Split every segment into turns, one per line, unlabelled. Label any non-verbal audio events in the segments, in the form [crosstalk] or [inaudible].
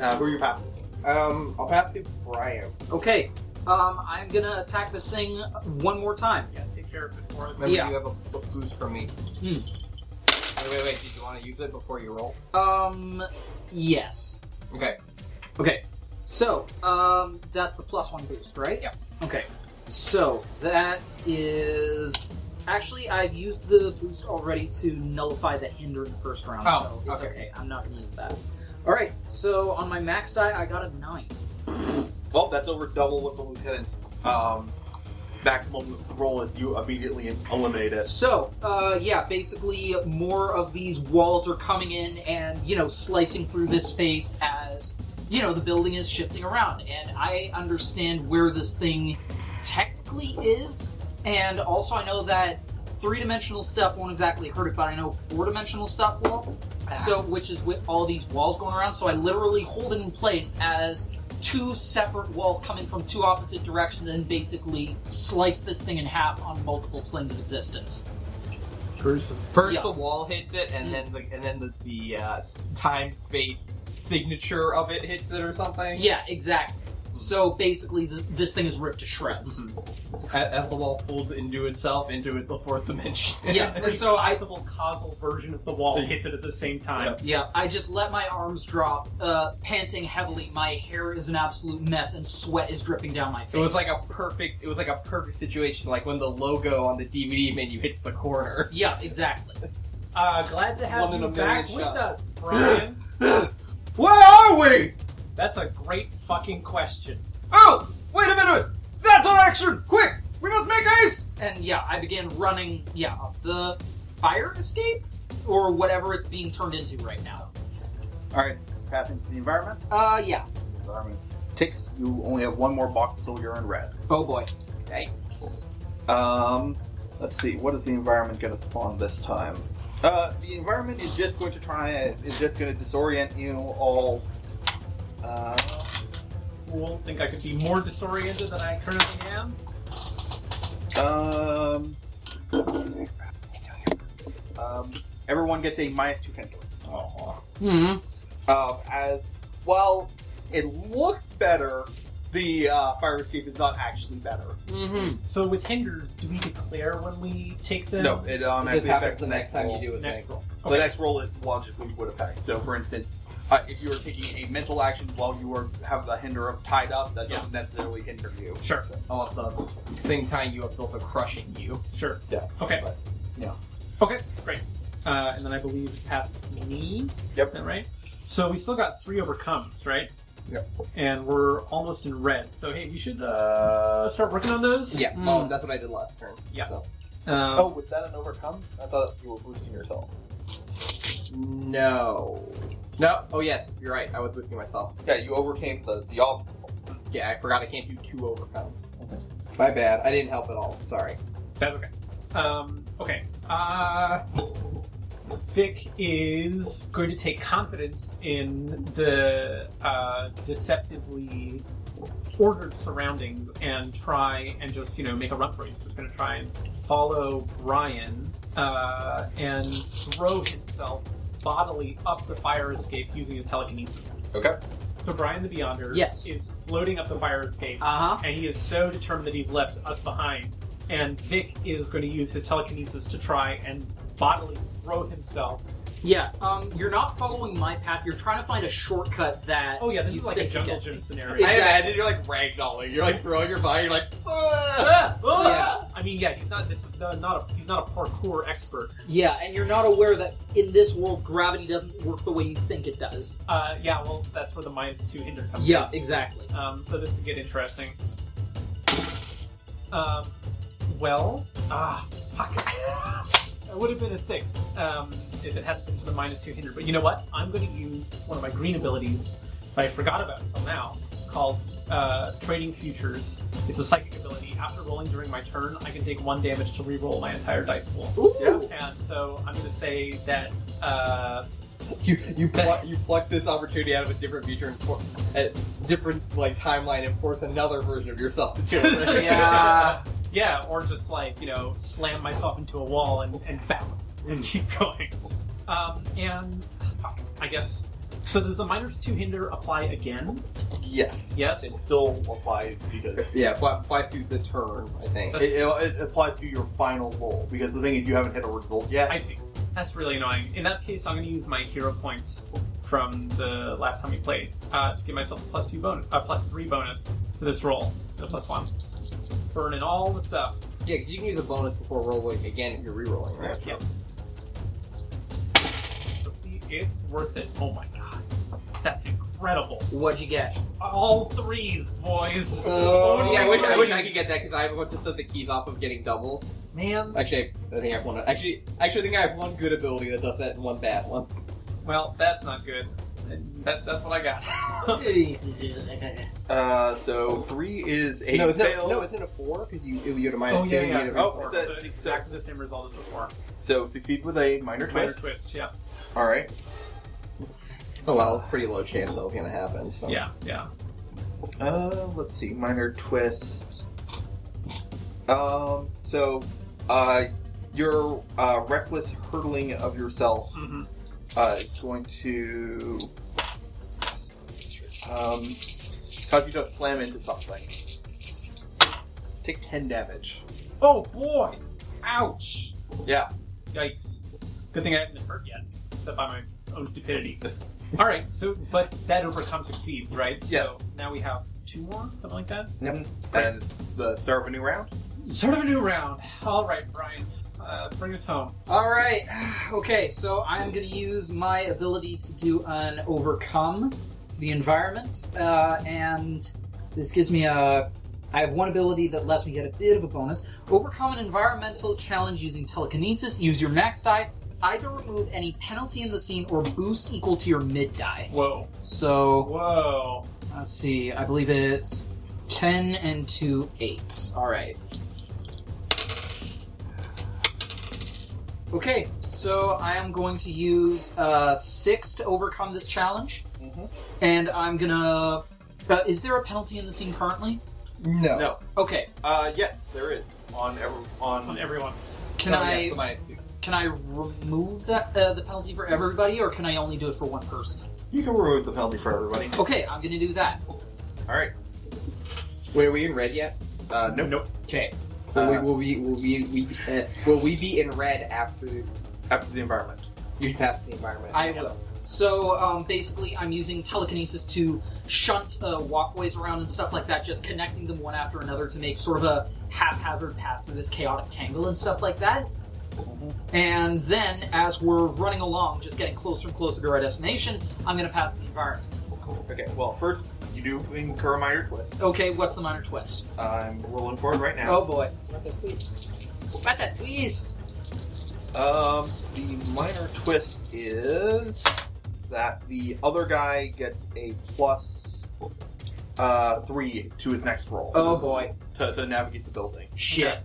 Uh, who are you passing?
Um, I'll pass to Brian.
Okay, um, I'm gonna attack this thing one more time.
Yeah, take care of it for us.
Remember,
Yeah.
you have a b- boost from me. Wait, wait, wait. Did you want to use it before you roll?
Um, yes.
Okay.
Okay. So, um, that's the plus one boost, right?
Yeah.
Okay. So that is actually I've used the boost already to nullify the hinder in the first round.
Oh,
so it's
okay.
okay. I'm not gonna use that. All right. So on my max die, I got a nine.
Well, that's over double what the lieutenant's um, maximum roll is. You immediately eliminate it.
So, uh, yeah, basically, more of these walls are coming in and, you know, slicing through this space as, you know, the building is shifting around. And I understand where this thing technically is. And also, I know that three dimensional stuff won't exactly hurt it, but I know four dimensional stuff will. So, which is with all these walls going around. So, I literally hold it in place as two separate walls coming from two opposite directions and basically slice this thing in half on multiple planes of existence.
Gruesome.
First,
Yeah.
the wall hits it, and
Mm.
then the and then the, the uh, s- time space signature of it hits it or something.
Yeah, exactly. So basically, th- this thing is ripped to shreds.
A- As the wall folds into itself into the fourth dimension.
[laughs] Yeah,
[laughs]
Like, so I possible causal version of the wall hits it at the same time.
Yeah, I just let my arms drop, uh, panting heavily. My hair is an absolute mess, and sweat is dripping down my face.
It was like a perfect. It was like a perfect situation, like when the logo on the DVD menu hits the corner. [laughs]
yeah, exactly.
Uh, glad to have
One in
you
a million
back with
shot.
us, Brian.
Where are we?
That's a great fucking question.
Oh, wait a minute! That's our action! Quick, we must make haste!
And yeah, I began running. Yeah, up the fire escape or whatever it's being turned into right now.
All right, passing to the environment.
Uh, yeah.
Environment ticks. You only have one more box till you're in red.
Oh boy.
Um, let's see. What is the environment going to spawn this time? Uh, the environment is just going to try. Is just going to disorient you all. Uh,
Fool, think I could be more disoriented than I currently am?
um, um, everyone gets a minus two penalty.
Oh,
Hmm.
Um, as well, it looks better. The uh, fire escape is not actually better.
Mm-hmm.
So with hinders, do we declare when we take them?
No, it um,
this happens
actually affects
the next time
roll.
you do it.
Next roll.
The
Okay.
next roll it logically would affect. So, for instance, uh, if you are taking a mental action while you are have the hinder of tied up, that
Yeah.
doesn't necessarily hinder you.
Sure,
Oh, the thing tying you up is also crushing you.
sure.
Yeah,
Okay.
but, yeah.
Okay, great. Uh, and then I believe it passes me.
Yep.
Is that right? So we still got three overcomes, right?
Yep.
And we're almost in red. So hey, we should uh, start working on those.
Yeah,
Mm.
well, that's what I did last turn.
Yeah.
So.
Um,
Oh, was that an overcome? I thought you were boosting yourself.
No. No. Oh yes, you're right. I was boosting myself.
Yeah, you overcame the the obstacle.
Yeah, I forgot I can't do two overcomes. My bad. I didn't help at all. Sorry.
That's okay. Um, okay. Uh, Vic is going to take confidence in the uh, deceptively ordered surroundings and try and just, you know, make a run for it. He's just going to try and follow Brian uh, and throw himself bodily up the fire escape using his telekinesis.
Okay.
So Brian the Beyonder
Yes.
is floating up the fire escape
Uh huh.
and he is so determined that he's left us behind. And Vic is going to use his telekinesis to try and bodily throw himself.
Yeah. Um, you're not following my path. You're trying to find a shortcut that.
Oh yeah, this
you
is like a
think you
jungle
get.
gym scenario.
Exactly.
I imagine you're like ragdolling. You're like throwing your body. You're like. "Ah!"
[laughs] Ah! Ah! I mean, yeah, he's not. This is not, not a. He's not a parkour expert.
Yeah, and you're not aware that in this world gravity doesn't work the way you think it does.
Uh, yeah, well, that's where the minus two hinder comes.
Yeah, exactly.
in. Um, so this could get interesting. Um, well, ah, fuck. [laughs] it would have been a six um, if it hadn't been for the minus two hinder. But you know what? I'm going to use one of my green abilities that I forgot about until now, called uh, Trading Futures. It's a psychic ability. After rolling during my turn, I can take one damage to re-roll my entire dice pool.
Ooh.
Yeah.
And so I'm going to say that. Uh,
You you pluck, you pluck this opportunity out of a different future and for, a different like timeline and force another version of yourself to do it.
[laughs]
[laughs]
Yeah.
Yeah, or just like, you know, slam myself into a [laughs] wall and, and bounce and keep going. Um, and fuck, I guess So does the minus two hinder apply again?
Yes.
Yes.
It still applies [laughs] because it,
Yeah, apply, applies to the turn, I think.
it, it applies to your final roll. Because the thing is, you haven't hit a result yet.
I see. That's really annoying. In that case, I'm going to use my hero points from the last time we played uh, to give myself a plus two bonus, a plus three bonus to this roll, the plus one, burning all the stuff.
Yeah, 'cause you can use a bonus before rolling again if you're rerolling, right?
Yeah. It's worth it. Oh my god, that's incredible.
What'd you get?
All threes, boys.
Oh,
All
yeah, I wish I wish I
threes.
could get that because I have a bunch of stuff that keys off of getting doubles.
Man,
Actually, I think I have one. Actually, actually, I think I have one good ability that does that and one bad one.
well, that's not good. That's that's what I got. [laughs]
Uh, so three is a
no, it's
fail.
not, no, it's in a four because you you had a minus
oh
two.
yeah,
you
yeah.
had a-
Oh,
Before.
that's
So it's
exactly-
exactly the same result as before.
So succeed with a minor
Minor
twist.
twist. Yeah,
All right.
oh well, it's pretty low chance that was gonna happen. So.
yeah, yeah.
Uh, let's see, minor twist. Um, so, uh, your uh, reckless hurtling of yourself
hmm
uh, is going to um, cause you to slam into something. Take ten damage.
Oh boy! Ouch!
Yeah.
Yikes! Good thing I haven't been hurt yet, except by my own stupidity. All right, so but that overcomes succeeds, right?
Yeah.
So now we have two more, something like that.
Yep. And the start of a new round.
Sort of a new round. All right, Brian, uh, bring us home.
All right. [sighs] Okay, so I'm going to use my ability to do an overcome the environment, uh, and this gives me a. I have one ability that lets me get a bit of a bonus. Overcome an environmental challenge using telekinesis. Use your max die. Either remove any penalty in the scene or boost equal to your mid die.
Whoa,
So
whoa!
Let's see. I believe it's ten and two eights. All right. Okay, so I am going to use uh, six to overcome this challenge,
Mhm.
and I'm gonna. Uh, is there a penalty in the scene currently?
No.
No.
Okay,
Uh, yes, there is on every
On
on.
everyone.
can
No,
I
yes, the minus two.
can I remove that uh, the penalty for everybody, or can I only do it for one person?
You can remove the penalty for everybody.
Okay, I'm gonna do that.
All right.
Wait, are we in red yet?
Uh, nope.
Nope.
Okay.
Uh,
will we will we will we, we uh, will we be in red after
After the environment.
you pass the environment?
I will. So um, basically, I'm using telekinesis to shunt uh, walkways around and stuff like that, just connecting them one after another to make sort of a haphazard path through this chaotic tangle and stuff like that. And then, as we're running along, just getting closer and closer to our destination, I'm going to pass the environment.
Okay, well, first, you do incur a minor twist.
Okay, what's the minor twist?
I'm rolling for it right now.
Oh boy. What's a twist?
Um, the minor twist is that the other guy gets a plus uh, three to his next roll
Oh boy.
to, to navigate the building.
Shit.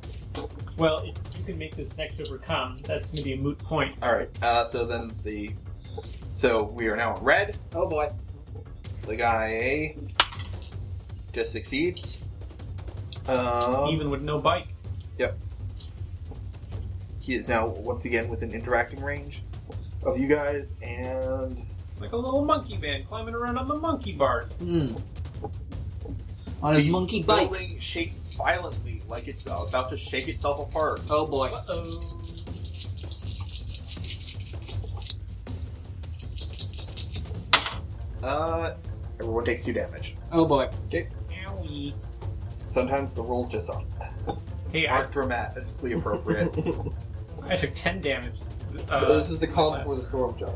Well, if you can make this next overcome, that's gonna be a moot point.
All right. Uh, so then the so we are now in red.
Oh boy.
The guy just succeeds. Um,
Even with no bike.
he is now once again within interacting range of you guys, and
Like a little monkey man climbing around on the monkey bars.
Hmm. On his
The
monkey bike.
building shakes violently, like it's about to shake itself apart.
Oh boy.
Uh oh.
Uh, everyone takes two damage.
Oh boy.
Owie.
Sometimes the rolls just aren't,
Hey, I,
aren't dramatically appropriate.
I took 10 damage.
So this
Uh,
is the calm before the storm jump.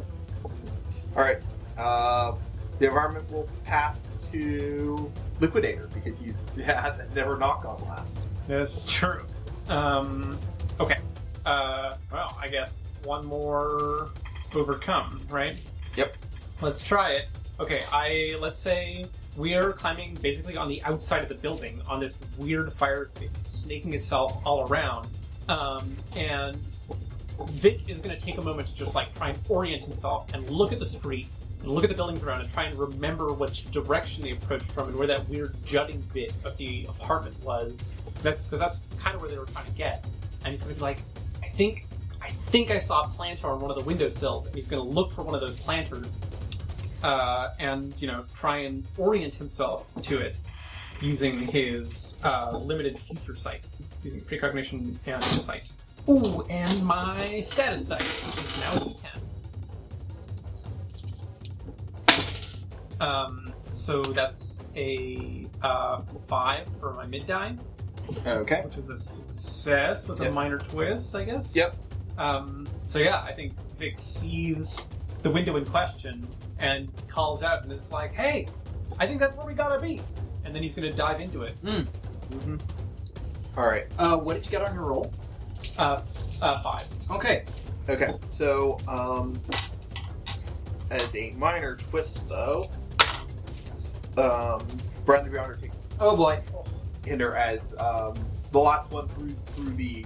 All right. Uh, the environment will pass to Liquidator because he's [laughs] yeah, never knocked on last.
that's true. Um, okay. Uh, well, I guess one more overcome, right?
Yep.
Let's try it. Okay, I let's say we are climbing basically on the outside of the building on this weird fire snake snaking itself all around, um, and Vic is going to take a moment to just like try and orient himself and look at the street and look at the buildings around and try and remember which direction they approached from and where that weird jutting bit of the apartment was. That's because that's kind of where they were trying to get. And he's going to be like, I think, I think I saw a planter on one of the windowsills, and he's going to look for one of those planters uh, and you know try and orient himself to it using his uh, limited future sight, using precognition and sight. Ooh, and my status dice, which is now a d10. Um, so that's a uh, five for my mid die,
Okay.
which is a success with a
Yep.
minor twist, I guess.
Yep.
Um, so yeah, I think Vic sees the window in question and calls out, and it's like, "Hey, I think that's where we gotta be." And then he's gonna dive into it.
Mm.
Mm-hmm.
All right.
Uh, what did you get on your roll?
Uh, uh, five.
Okay.
Okay. So, um, as a minor twist, though, um, Brent the Grounder takes
Oh boy.
hinder as um, the last one through through the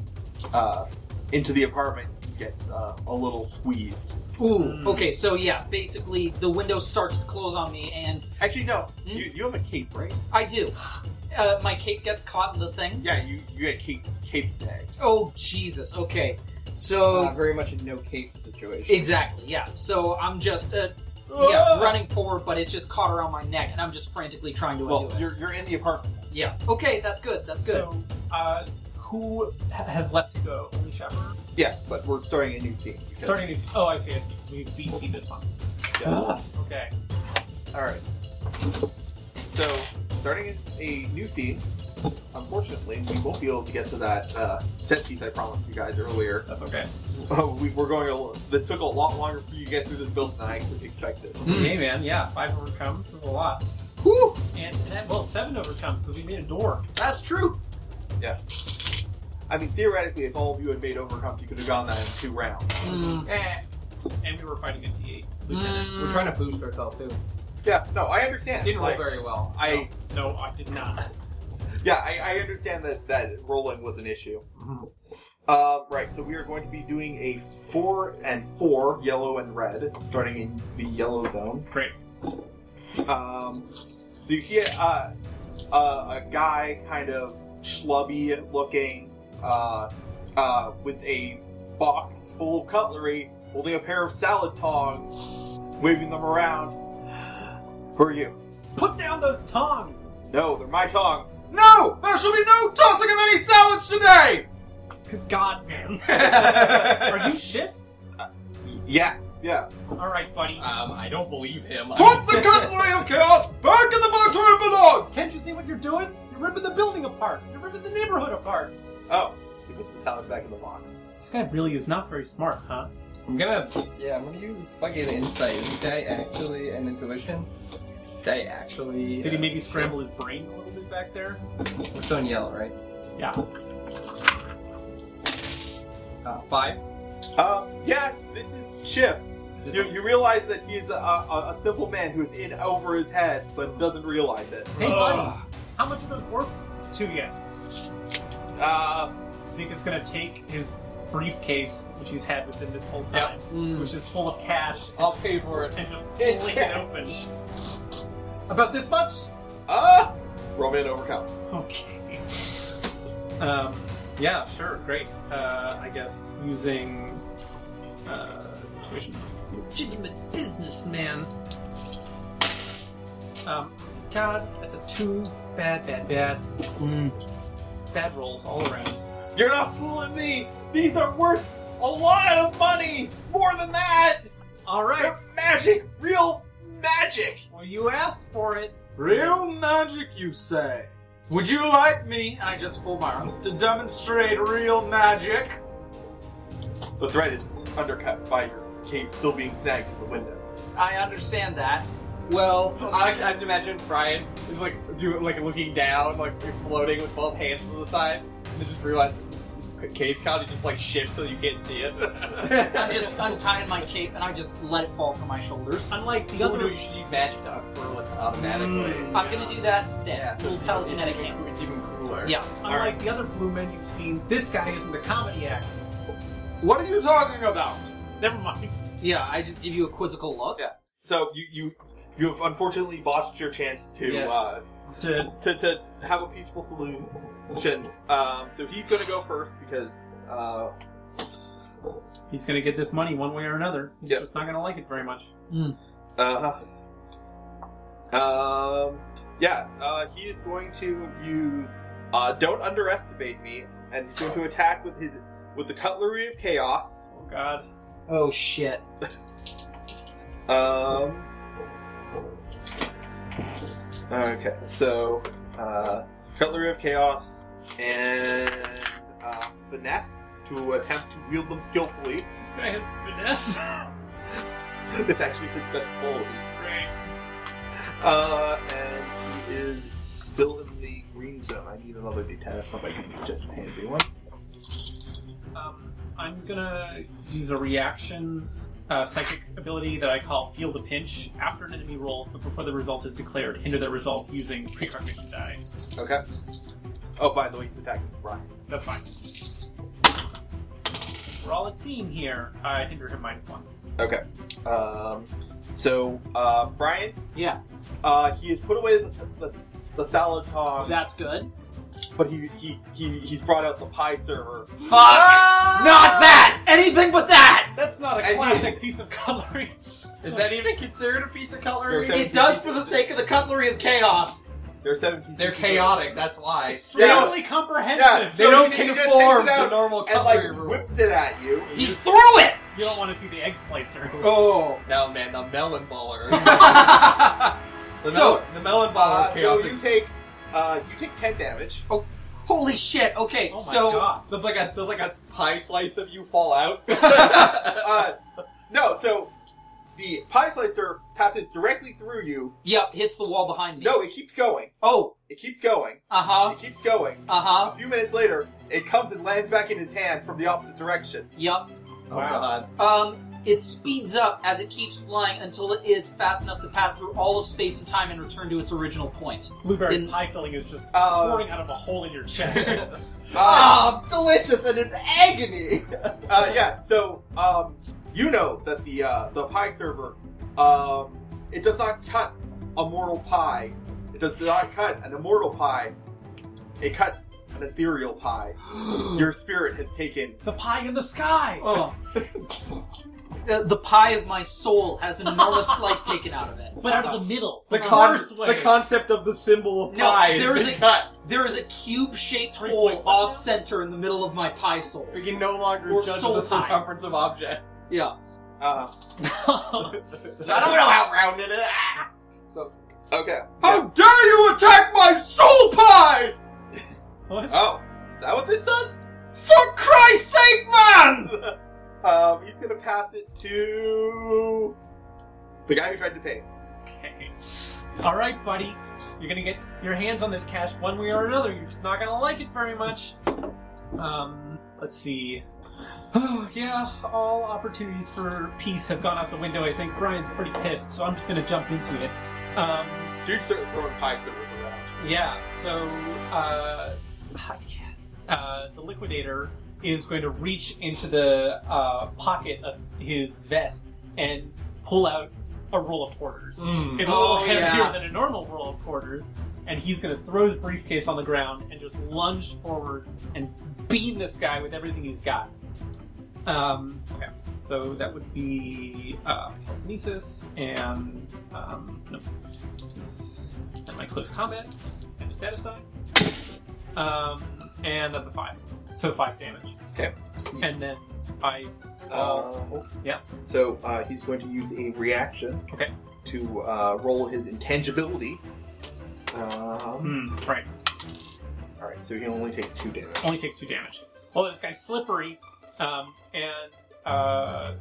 uh, into the apartment gets uh, a little squeezed.
Ooh.
Mm.
Okay. So yeah, basically the window starts to close on me, and
Actually, no.
Hmm?
You, you have a cape, right?
I do. Uh, my cape gets caught in the thing.
Yeah, you you get cape cape snagged.
Oh Jesus. Okay.
Uh,
So
Oh.
very much a no cape situation.
exactly. Yeah. So I'm just uh,
Ah!
yeah running forward, but it's just caught around my neck, and I'm just frantically trying to
Well,
undo it.
you're, you're in the apartment.
Yeah. Okay. That's good. That's good.
So, uh, who ha- has left to go? Only Shepard.
Yeah, but we're starting a new scene. because-
Starting a new. Oh, I see. I see. So we beat beat this one.
Yeah.
Okay.
All right. So starting a new scene. Unfortunately, we won't be able to get to that uh, set piece I promised you guys earlier.
That's okay.
Oh, we, we're going. A, lo- this took a lot longer for you to get through this build than I expected.
Mm.
Hey, man. Yeah, five overcomes is a lot.
Whew,
And, and well, seven overcomes because we made a door.
that's true.
I mean, theoretically, if all of you had made overcomes, you could have gone that in two rounds.
Mm.
Eh. And we were fighting a D8
Hmm.
lieutenant.
We're trying to boost ourselves too.
Yeah, no, I understand.
Didn't roll
Like,
very well.
I
No, I did not.
yeah, I, I understand that that rolling was an issue. Uh, right, so we are going to be doing a four and four, yellow and red, starting in the yellow zone.
Great.
Um, so you see a, uh, a, a guy, kind of schlubby looking, uh, uh, with a box full of cutlery, holding a pair of salad tongs, waving them around. Who are you?
Put down those tongs!
No, they're my tongs.
No! There shall be no tossing of any salads today!
Good God, [laughs] man. Are
um,
you shift?
Y- Yeah, yeah.
Alright, buddy.
Um, I don't believe him.
Put the cutlery of chaos back in the box where it belongs!
Oh, Can't you see what you're doing? You're ripping the building apart. You're ripping the neighborhood apart.
Oh, he puts the salad back in the box.
This guy really is not very smart, huh?
I'm gonna. Yeah, I'm gonna use fucking insight. Is this guy actually an intuition? This guy actually.
Did he
uh,
maybe scramble his brains a little bit back there?
We're still in yellow, right?
Yeah.
Uh, five.
Um, yeah, this is Chip. You, you realize that he is a, a, a simple man who is in over his head, but doesn't realize it.
Hey, buddy. How much of those worth to you?
Uh,
I think it's gonna take his briefcase, which he's had with him this whole time,
Mm,
Hmm.
which is full of cash,
I'll pay for it.
and just
It's
fling it open.
About this much?
uh, Roman overcome.
Okay. Um, yeah, sure, great. Uh, I guess using uh, tuition. legitimate businessman. Um, God, that's a two. Bad, bad, bad. Bad rolls all around.
You're not fooling me! These are worth a lot of money! More than that!
All right.
They're magic! Real magic!
Well, you asked for it.
Real magic, you say? Would you like me, and I just fold my arms, to demonstrate real magic?
The thread is undercut by your cave still being snagged in the window.
I understand that. Well,
I, I can imagine Brian is like do like looking down, like floating with both hands to the side, and then just realize cave count is just like shifts so you can't see
[laughs]
it.
I'm just [laughs] untying my cape and I just let it fall from my shoulders.
Unlike the
Ooh, no,
other.
[laughs] you should use magic to unfurl it automatically.
Mm.
I'm gonna do that
Yeah,
instead. Little telekinetic
it's even-
hands.
It's even cooler.
Yeah.
Unlike the other blue men you've seen, this guy isn't a comedy act.
What are you talking about?
Never mind.
Yeah, I just give you a quizzical look.
Yeah. So you you you have unfortunately botched your chance to
Yes.
uh,
To
to, to have a peaceful solution. Um, so he's going to go first because uh,
He's gonna get this money one way or another. He's
Yep.
just not gonna like it very much.
uh, Um, yeah, uh, he is going to use uh, "Don't underestimate me," and he's going to attack with his with the cutlery of chaos.
Oh god.
Oh shit.
Um, okay, so uh, cutlery of chaos and uh, finesse to attempt to wield them skillfully. [laughs]
This guy has finesse. [laughs]
That's actually his best quality.
Great.
Uh, and he is still in the green zone. I need another D10 if somebody can just hand me one.
Um, I'm gonna use a reaction uh, psychic ability that I call Feel the Pinch after an enemy rolls, but before the result is declared, hinder the result using precognition die.
Okay. Oh, by the way, he's attacking Brian.
That's fine. We're all a team here. I hinder him minus one.
Okay. Um, so, uh, Brian,
Yeah,
uh, he has put away the, the, the salad tong,
that's good.
but he, he, he he's brought out the pie server.
Fuck! Not that! Anything but that!
That's not
I
a classic piece of cutlery.
Is that even considered a piece of
They're
cutlery?
saying-
It does for the sake of the cutlery of chaos.
They're 17.
They're chaotic. That's why.
Extremely comprehensive.
Yeah,
They
So
don't
he just takes
conform
it out
to normal
And, like,
cutlery rules.
whips it at you.
He threw it!
You don't want to see the egg slicer.
Oh,
No man, the melon
[laughs]
baller. the
So-
melon, the melon baller
Uh, so
chaotic.
you take, uh, you take 10 damage.
[laughs] Holy shit, okay,
Oh my
so.
god.
There's like
[laughs]
a there's like a pie slice of you fall out.
[laughs] Uh, no, so the pie slicer passes directly through you.
Yep, hits the wall behind me.
No, it keeps going.
Oh,
It keeps going.
uh huh,
It keeps going.
uh huh,
A few minutes later, it comes and lands back in his hand from the opposite direction.
yep.
oh
Wow.
god.
Um, it speeds up as it keeps flying until it is fast enough to pass through all of space and time and return to its original point.
Blueberry
In-
pie filling is just
Uh,
pouring out of a hole in your chest.
Uh,
Ah,
delicious and in agony.
uh, yeah. So, um, you know that the uh, the pie server, um, it does not cut a mortal pie. It does not cut an immortal pie. It cuts an ethereal pie. Your spirit has taken.
the pie in the sky.
Oh. the, the pie of my soul has an enormous slice taken out of it.
But out of the middle.
The,
the
con-
worst way.
the concept of the symbol of
No,
pie.
there
has
is
been
a-
cut.
There is a cube shaped
Three
hole
point one.
off center in the middle of my pie soul.
We can no longer
Or
judge
soul
the
pie.
circumference of objects.
Yeah.
Uh,
I don't know how rounded it. Ah!
okay.
how dare you attack my soul pie!
What?
Oh, is that what this does? [laughs]
For Christ's sake, man!
Um, he's gonna pass it to the guy who tried to pay. him.
[laughs] Okay. All right, buddy. You're gonna get your hands on this cash one way or another. You're just not gonna like it very much. Um, let's see. [sighs] Oh yeah, all opportunities for peace have gone out the window. I think Brian's pretty pissed, so I'm just gonna jump into it. Um,
Dude's sort of throwing pie servers around.
yeah. So, uh, uh, the liquidator is going to reach into the uh, pocket of his vest and pull out a roll of quarters.
Mm.
It's a little
Oh,
heavier
yeah.
than a normal roll of quarters, and he's going to throw his briefcase on the ground and just lunge forward and beam this guy with everything he's got. Um, okay, so that would be uh, Kinesis and um, no, It's- and my close combat and the status die, um, and that's a five, so five damage.
Okay.
and then I
Uh,
yeah.
So uh, he's going to use a reaction.
Okay.
To uh, roll his intangibility. Um,
Hmm, right Hmm.
all right. So he only takes two damage.
only takes two damage. Well, this guy's slippery, um, and uh,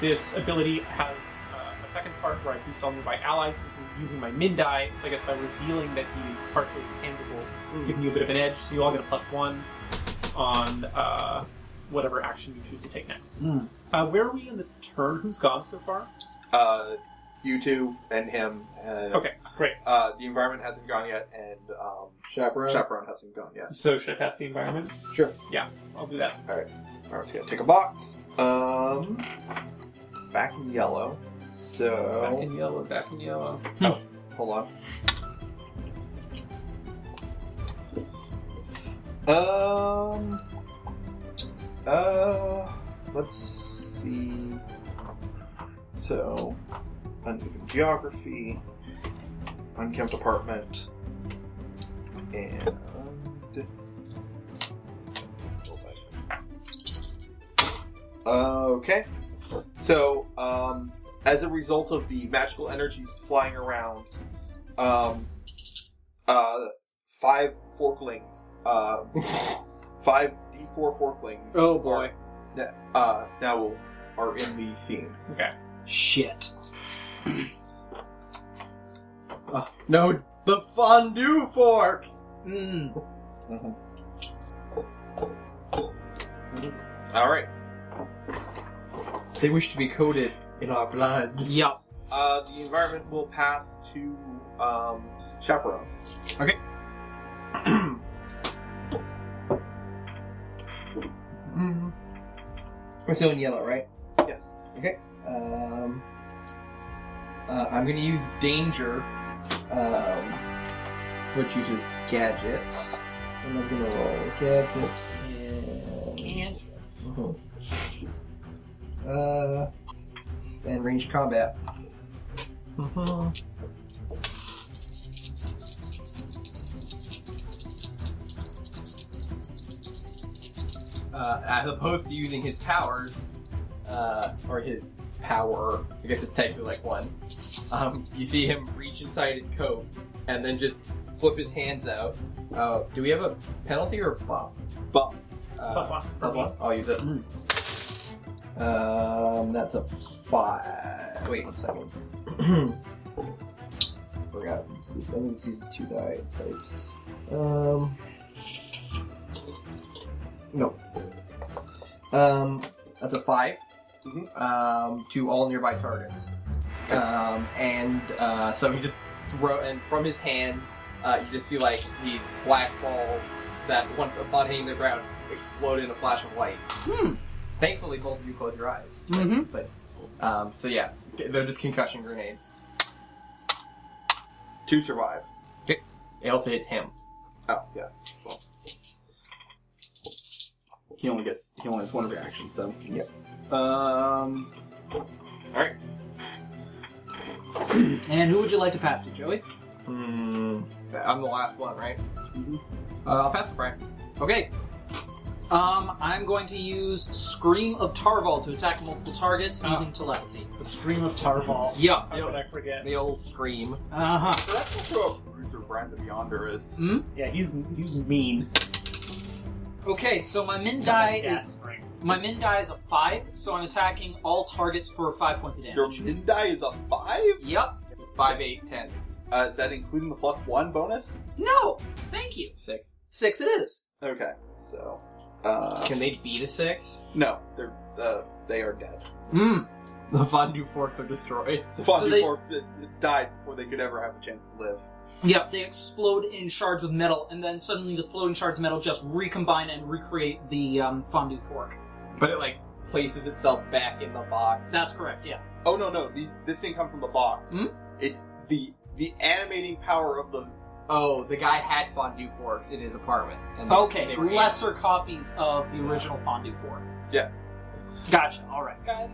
this ability has uh, a second part where I boost all nearby allies so using my min die. So I guess by revealing that he's partially intangible, giving you a bit of an edge. So you all get a plus one on uh, whatever action you choose to take next. Uh, where are we in the turn? Who's gone so far?
Uh, you two and him. And,
Okay, great.
Uh, the environment hasn't gone yet, and um,
Chaperone.
chaperone hasn't gone yet.
So should I pass the environment?
Sure.
Yeah, I'll do that.
All right. So gonna take a box. Um, back in yellow. So
Back in yellow. Back in yellow.
Hold on. Um. Uh. Let's see. So, uneven geography. unkempt apartment, and oh okay. So, um, as a result of the magical energies flying around, um, uh, five forklings, uh, five D4 forklings.
Oh boy.
Are, uh, now will- are in the scene.
Shit.
No, the fondue forks.
Mm.
All right.
They wish to be coated in our blood.
Yep.
Uh, the environment will pass to um, chaperone.
Mm-hmm.
We're still in yellow, right?
Yes.
Um, uh, I'm going to use danger, um, which uses gadgets. And I'm going to roll gadgets and.
Gadgets.
Mhm. Uh, and range combat.
Mm-hmm. Uh, as opposed to using his powers, uh, or his power, I guess it's technically like one. Um, you see him reach inside his coat and then just flip his hands out. Uh, do we have a penalty or a buff?
Buff.
Uh,
Plus one.
Plus one. I'll use it.
Oh, Um, that's a five. Wait a second. Forgot. This is- I think this uses two die types. Um. No. Um, that's a 5
Mhm.
Um, to all nearby targets.
Um, and uh, so he just throw, and from his hands, uh, you just see like these black balls that, once upon hitting the ground, explode in a flash of light.
Hmm.
Thankfully, both of you close your eyes.
Mm-hmm.
Um, so yeah, they're just concussion grenades.
Two survive.
It also hits him.
Oh yeah. Well. He only gets. He only has one reaction. So yep. Um. All right.
And who would you like to pass to, Joey?
Hmm. I'm the last one, right? Uh, I'll pass the Brian.
Okay. Um, I'm going to use Scream of Tarval to attack multiple targets
Ah.
using telepathy.
The stream of Tarval.
Yep.
How could I forget?
The old scream.
Uh huh.
So that's also a bruiser brand of yonder is.
Yeah, he's he's mean.
Okay, so my min die
Yeah,
is
spring.
my min die is a five, so I'm attacking all targets for five points of
Your
damage.
min die is a five.
Yep.
Five, eight, ten,
Uh, is that including the plus one bonus?
No, thank you.
six.
Six it is.
Okay. So. Uh,
Can they beat a six? [laughs]
no, they're uh, they are dead.
Hmm.
The fondue forks are destroyed.
The Fondue
they-
Forks uh, died before they could ever have a chance to live.
Yep, they explode in shards of metal, and then suddenly the floating shards of metal just recombine and recreate the um, fondue fork.
But it like places itself back in the box.
That's correct. Yeah.
Oh no no! The, this thing comes from the box.
Hmm?
It the the animating power of the
Oh, the guy had fondue forks in his apartment. And
Okay.
they were
[laughs]
Lesser copies of the original fondue fork.
Yeah.
Gotcha. All right.
guy.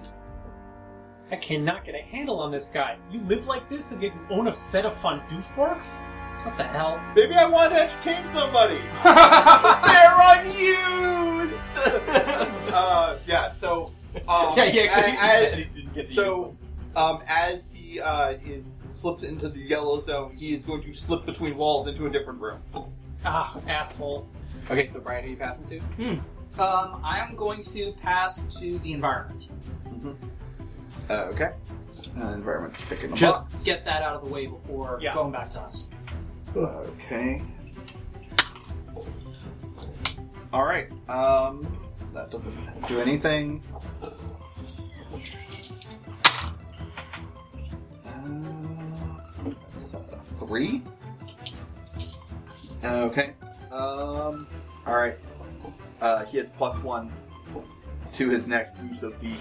I cannot get a handle on this guy. You live like this and yet you own a set of fondue forks? What the hell?
Maybe I want to entertain somebody.
unused!
uh, yeah. So, um,
[laughs] yeah, he actually
a-
[laughs]
he didn't get
as-
the
so, um, as he uh, is slips into the yellow zone, he is going to slip between walls into a different room.
Ah, asshole.
Okay, so Brian, who you passing to?
Um, I am going to pass to the environment.
Uh, okay. Uh, environment picking a
Just
box.
get that out of the way before
Yeah.
going back to us.
Okay. All right. Um, that doesn't do anything. Uh, that's a Three. Okay. Um. All right. Uh, he has plus one to his next use of the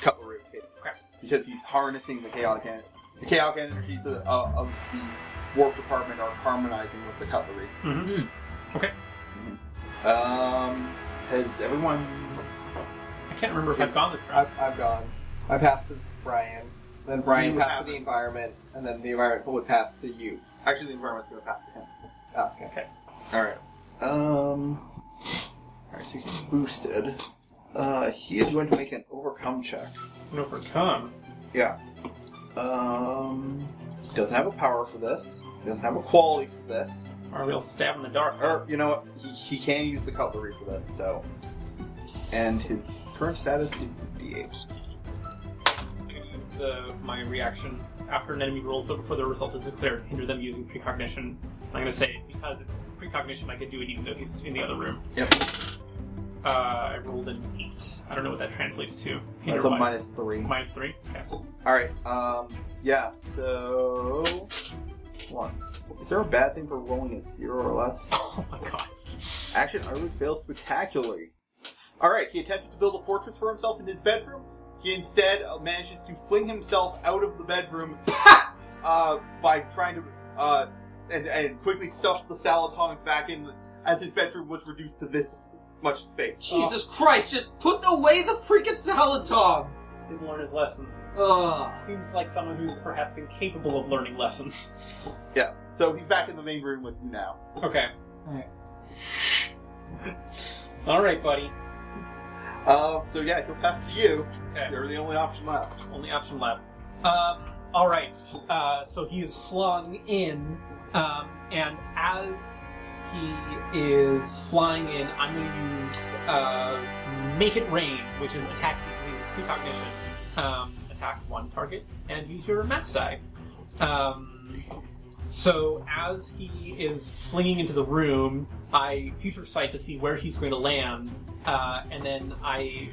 cutlery kit
Crap.
because he's harnessing the chaotic en- the chaotic energies of, uh, of the warp department are harmonizing with the cutlery.
Mm-hmm.
Mhm. Okay.
Um, has everyone?
I can't remember if I've gone this far.
I've, I've gone. I passed to Brian. Then Brian
You
passed
have
to the environment, and then the environment would pass to you.
Actually, the environment's going to pass to him.
Oh, okay.
All right. Um. All right, so he's boosted. Uh, he is going to make an overcome check.
And overcome.
Um, he doesn't have a power for this. He doesn't have a quality for this.
Or we'll stab in the dark.
Or you know what? He, he can use the cutlery for this. So, and his current status is D8.
the, my reaction after an enemy rolls, but before the result is declared, hinder them using precognition. I'm going to say because it's precognition, I can do it even though he's in the other room.
Yep.
Uh, I rolled an eight. I don't know what that translates to.
That's
Hinder
a
wise.
minus three.
minus three. Okay. [laughs] Oh
All right. Um. Yeah. So, one. Is there a bad thing for rolling a zero or less?
Oh my god.
Action utterly fails spectacularly. Alright, he attempted to build a fortress for himself in his bedroom. He instead uh, manages to fling himself out of the bedroom [laughs] uh, by trying to. Uh, and, and quickly stuffed the salatongs back in as his bedroom was reduced to this much space.
Jesus Christ, just put away the freaking salad tongs!
Didn't learn his lesson.
Ugh.
Seems like someone who's perhaps incapable of learning lessons. [laughs]
So he's back in the main room with you now.
Okay. Alright. Alright, buddy.
Um, so yeah, he'll pass to you.
Okay.
You're the only option left.
Only option left. Um, all right. Uh, so he is flung in, um, and as he is flying in, I'm going to use uh, Make It Rain, which is attack with precognition. Um, attack one target and use your max die. Um, so as he is flinging into the room, I future sight to see where he's going to land, uh, and then I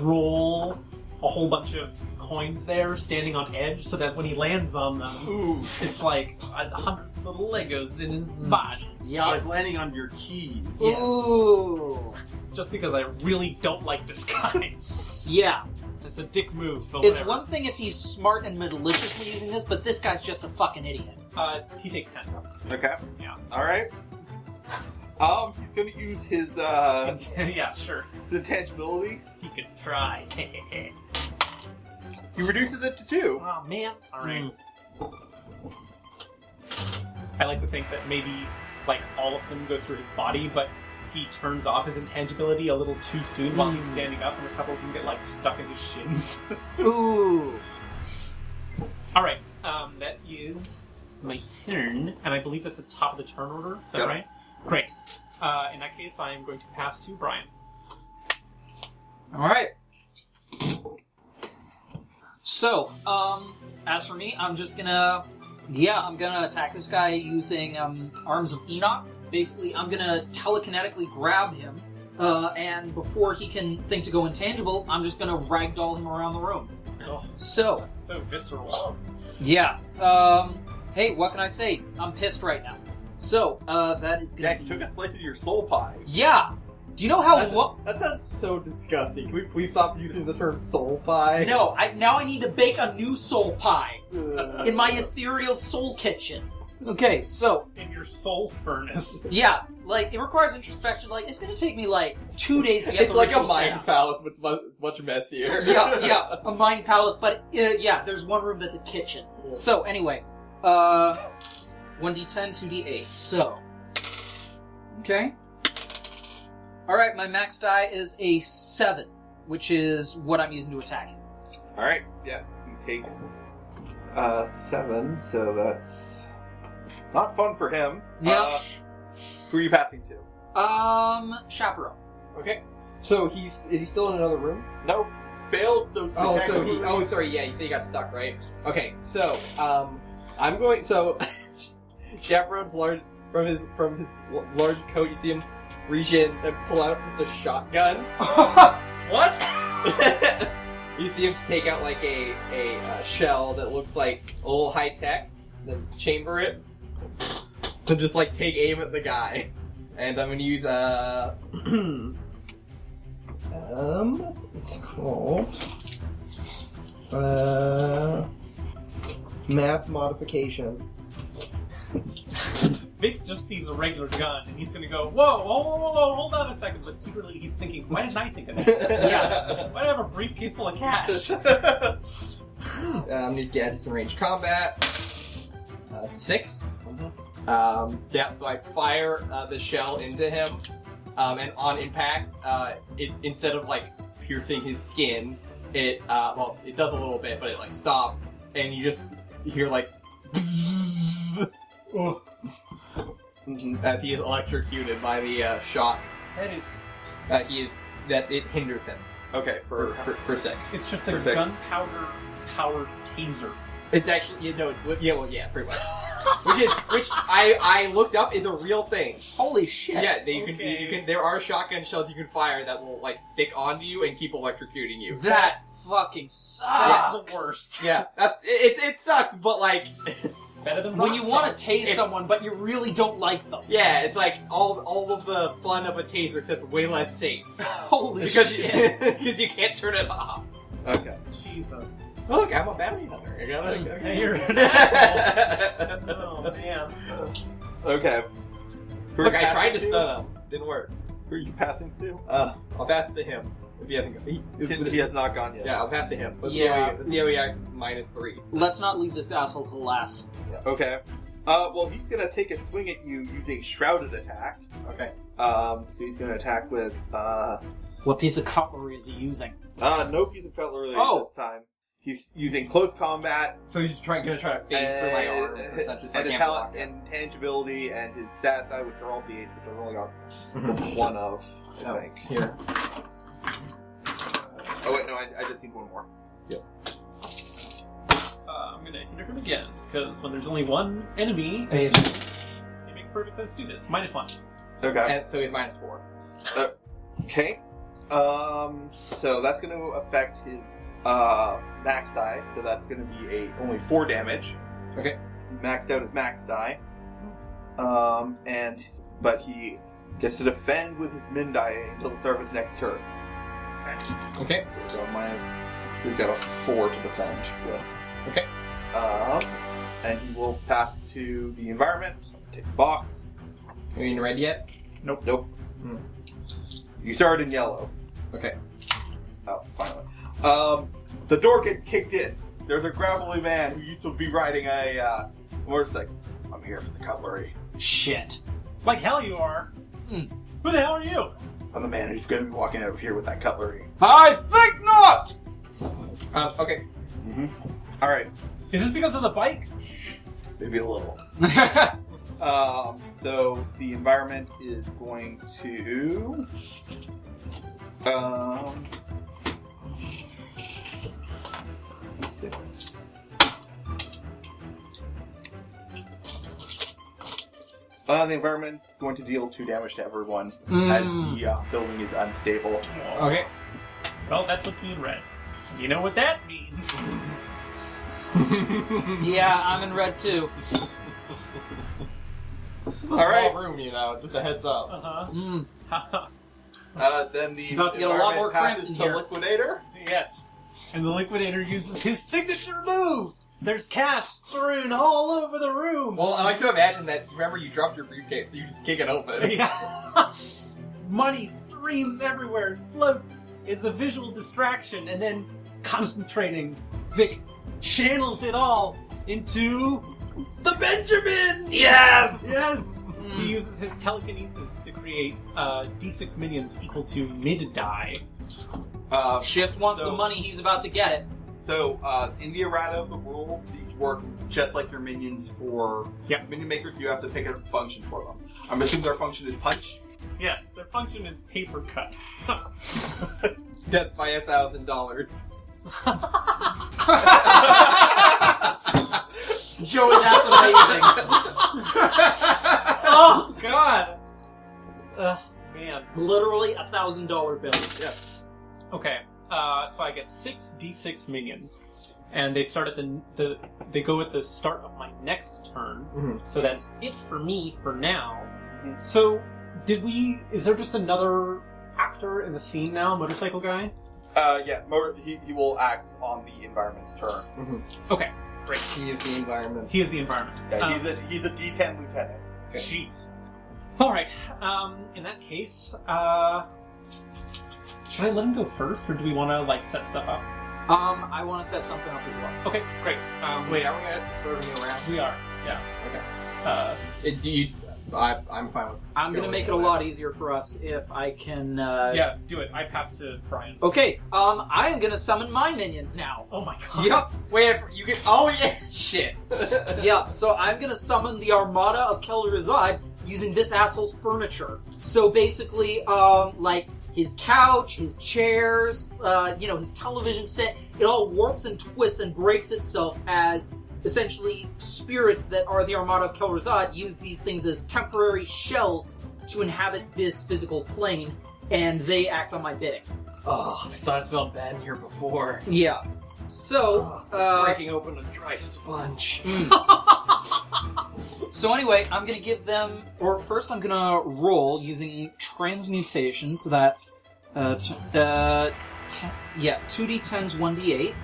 roll a whole bunch of coins there standing on edge so that when he lands on them,
Ooh.
it's like a hundred little Legos in his
Mm.
body.
Like landing on your keys.
Yes.
Ooh.
Just because I really don't like this guy. [laughs]
Yeah.
it's a dick move, but
It's
whatever.
one thing if he's smart and maliciously using this, but this guy's just a fucking idiot.
Uh, he takes ten.
Okay.
Yeah.
Alright. Um, he's gonna use his, uh,
[laughs] yeah, sure.
intangibility.
He could try. [laughs]
He reduces it to two.
oh man. Alright.
Mm.
I like to think that maybe like all of them go through his body, but he turns off his intangibility a little too soon while he's
Mm.
standing up, and a couple of them get like stuck in his shins. [laughs]
Ooh.
All right, um, that is my turn, and I believe that's the top of the turn order. Is that
Yep.
right? Great. Uh, in that case, I am going to pass to Brian.
All right. So, um, as for me, I'm just gonna, yeah, I'm gonna attack this guy using um, arms of Enoch. Basically, I'm gonna telekinetically grab him, uh, and before he can think to go intangible, I'm just gonna ragdoll him around the room.
Oh,
So,
that's so visceral.
yeah, um, hey, what can I say? I'm pissed right now. So, uh, that is gonna
Yeah, he
be.
took a slice of your soul pie.
Yeah. Do you know how
That's-
lo-
That sounds so disgusting. Can we please stop using the term soul pie? [laughs]
No, I now I need to bake a new soul pie
Ugh.
in my ethereal soul kitchen. Okay, so
In your soul furnace.
yeah, like it requires introspection. Like it's gonna take me like two days to get
it's
the
like a
ritual set
mind
up.
palace, but mu- much messier.
yeah,
[laughs]
yeah, a mind palace. But uh, yeah, there's one room that's a kitchen. So anyway, uh, one d10, two d8. So okay, all right. My max die is a seven, which is what I'm using to attack. him.
Alright, yeah. He takes uh seven, so that's not fun for him.
Yeah.
Uh, who are you passing to?
Um, chaperone.
So he's is he still in another room?
No. Failed, so
Oh, so
spectacularly.
he, oh, sorry. Yeah, you say he got stuck, right? Okay, so um, I'm going. So [laughs] chaperone's large from his from his l- large coat. You see him reach in and pull out the shotgun.
What?
you see him take out like a a uh, shell that looks like a little high tech, then chamber it, and just like take aim at the guy. And I'm gonna use uh [clears throat] um it's called uh mass modification.
Vic just sees a regular gun, and he's gonna go, "Whoa, whoa, whoa, whoa, whoa hold on a second. But secretly, he's
[laughs]
thinking, "Why didn't I think of that?
yeah.
Why do I have a briefcase full of cash?"
Uh,
Um, these gadgets in range combat. Uh, 6
Um, yeah, so I fire uh, the shell into him, um, and on impact, uh, it instead of like piercing his skin, it uh, well, it does a little bit, but it like stops, and you just hear like
Oh,
[laughs] as he is electrocuted by the uh, shock.
that is.
Uh, he is that it hinders him
Okay,
for,
for
for, for six.
It's just a
Perfect.
gunpowder powered taser.
It's actually yeah, no, it's li- yeah, well, yeah, pretty much. which is which I I looked up is a real thing.
Holy shit.
Yeah, they, you can
Okay.
you can there are shotgun shells you can fire that will like stick onto you and keep electrocuting you.
That fucking sucks.
Ah.
That's the worst.
Yeah, that's, it, it sucks, but like, [laughs]
Better than
When you
Rockstar.
want to tase
If-
someone, but you really don't like them.
yeah, it's like all all of the fun of a taser, except way less safe
[laughs] Holy
because you,
shit.
[laughs] because you can't turn it off.
okay.
Jesus.
Look, I'm a bounty hunter. I gotta-
Yeah,
[laughs]
you're an asshole. Oh man.
Okay. Who are
Look,
you
I tried to
passing
stun him, didn't work.
Who are you passing to?
Uh, I'll pass to him if he hasn't. He,
Since he has not gone yet.
yeah, I'll pass to him. But
Yeah.
yeah, the OEI minus three.
Let's not leave this asshole to the last.
Okay. Uh, well, he's gonna take a swing at you using shrouded attack.
Okay.
Um, so he's gonna attack with uh,
What piece of cutlery is he using?
uh no piece of cutlery
Oh.
this time. He's using close combat
So he's trying, gonna try to face through my arms, and such as I
Uh, and,
can't
talent,
block it.
and tangibility, and his stats, I which are all d8, which I'm rolling off
[laughs]
one of. I
Oh,
think.
[laughs] here.
Oh wait, no, I, I just need one more.
Uh, I'm gonna hinder him again because when there's only one enemy,
And, he's-
it makes perfect sense to do this. Minus one.
Okay.
And so he's minus four.
Okay. Um, so that's going to affect his uh, max die. So that's going to be a only four damage.
Okay.
Maxed out his max die. Um, and but he gets to defend with his min die until the start of his next turn.
Okay.
So minus, he's got a four to defend with.
Okay.
Um, and he will pass to the environment. Takes the box.
Are you in red yet?
Nope.
Hmm.
You started in yellow.
Okay.
Oh, finally. Um, the door gets kicked in. There's a gravelly man who used to be riding a uh, motorcycle. I'm here for the cutlery.
Shit. [laughs]
Like hell you are.
Hmm.
Who the hell are you?
I'm the man who's going to be walking over here with that cutlery.
I think not!
Um, okay.
All right,
Is this because of the bike?
maybe a little. Um, so the environment is going to. Um, six. Uh, the environment is going to deal two damage to everyone as
Mm.
the uh, building is unstable.
Okay.
Well, that puts me in red. You know what that means. [laughs]
yeah, I'm in red too.
All right.
Small room, you know. Just a heads up.
Uh
Mm.
huh.
Uh, then the
About to get a lot
environment
more cramped
passes
in
to
here.
liquidator.
[laughs] yes. And the liquidator uses his signature move. There's cash strewn all over the room.
Well, I like to imagine that. Remember, you dropped your briefcase. You just kick it [laughs] open.
Yeah. [laughs] Money streams everywhere, floats, is a visual distraction, and then concentrating, Vic channels it all into the Benjamin! Yes! Hmm. Yes! He uses his telekinesis to create uh, d6 minions equal to mid die.
Uh,
Shift wants
So-
the money, he's about to get it.
So, uh, in the errata of the rules, these work just like your minions for
Yep.
minion makers. You have to pick a function for them. I'm assuming their function is punch.
Yes, their function is paper cut. [laughs]
Death by a thousand dollars.
Joey,
[laughs]
that's amazing.
oh, God! Ugh, man.
Literally a thousand dollar bills.
Okay, uh, so I get six d6 minions, and they start at the, the they go at the start of my next turn.
Mhm.
So that's it for me for now. So did we? Is there just another actor in the scene now? Motorcycle guy.
Uh, yeah, motor, he, he will act on the environment's turn.
he is the environment.
He is the environment.
Yeah,
Um,
he's a he's a D10 lieutenant.
Okay.
Jeez. All right. Um, in that case, uh, should I let him go first, or do we want to like set stuff up?
Um, I want to set something up as well.
Okay, great. Um,
Wait, are we at starting around?
we are.
Yeah. Okay.
Uh,
It, do you, I, I'm fine with.
I'm
Go
gonna make it a
ahead.
lot easier for us if I can. Uh...
yeah, do it. I pass to Brian.
Okay. Um, I am gonna summon my minions now.
Oh my god.
Yep,
Wait, you can. Oh yeah, [laughs] shit. Oh,
yep. So I'm gonna summon the armada of Kel'Razad using this asshole's furniture. So basically, um, like his couch, his chairs, uh, you know, his television set, it all warps and twists and breaks itself as essentially spirits that are the armada of Kel'Razad use these things as temporary shells to inhabit this physical plane, and they act on my bidding.
Oh, I thought it felt bad in here before.
Yeah. So, uh,
Breaking open a dry sponge.
So anyway, I'm gonna give them, or first I'm gonna roll using transmutation. So that's uh, t- uh, ten, yeah, two d10s, one d8.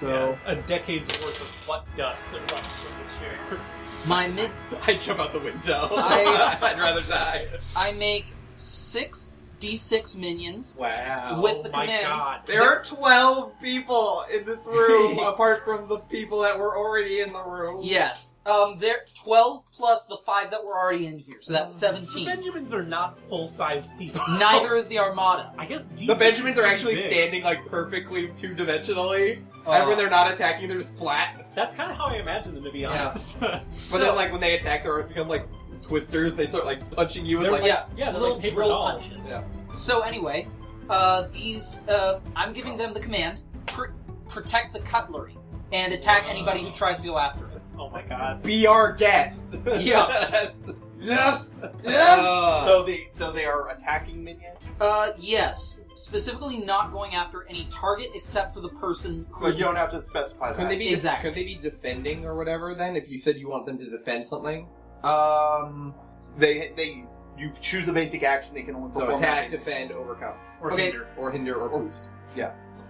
So
A decade's worth of butt dust and left from the chair.
my mid,
I jump out the window. [laughs]
I-
would rather die.
I make six d6 minions.
Wow.
[laughs] With the
oh my
command.
god.
There are 12 people in this room, apart from the people that were already in the room.
Yes, um, they're twelve plus the five that were already in here, so that's
The
seventeen.
Benjamins are not full-sized people.
[laughs] Neither is the Armada.
I guess D6
The Benjamins
is
are actually
big.
standing like perfectly two dimensionally.
Uh,
and when they're not attacking, they're just flat.
That's kind of how I imagine them, to be
Yeah.
honest.
But then, like, when they attack, they become like twisters. They start like punching you with
[laughs] They're
like.
yeah,
yeah, they're
little
like paper
drill
dolls.
punches.
Yeah.
So anyway, uh, these uh, I'm giving them the command: pr- protect the cutlery and attack anybody who tries to go after it.
Oh my god.
Be our guest. [laughs]
Yeah.
yes.
Yes!
Uh, So they so they are attacking minions.
Uh, yes, specifically not going after any target except for the person who.
But you don't have to specify
Could they
that.
be
Exactly.
could they be defending or whatever then? If you said you want them to defend something,
um.
They they you choose a basic action. They can only
so
perform
attack,
that.
defend, overcome,
Or
Okay.
hinder.
or hinder, or boost.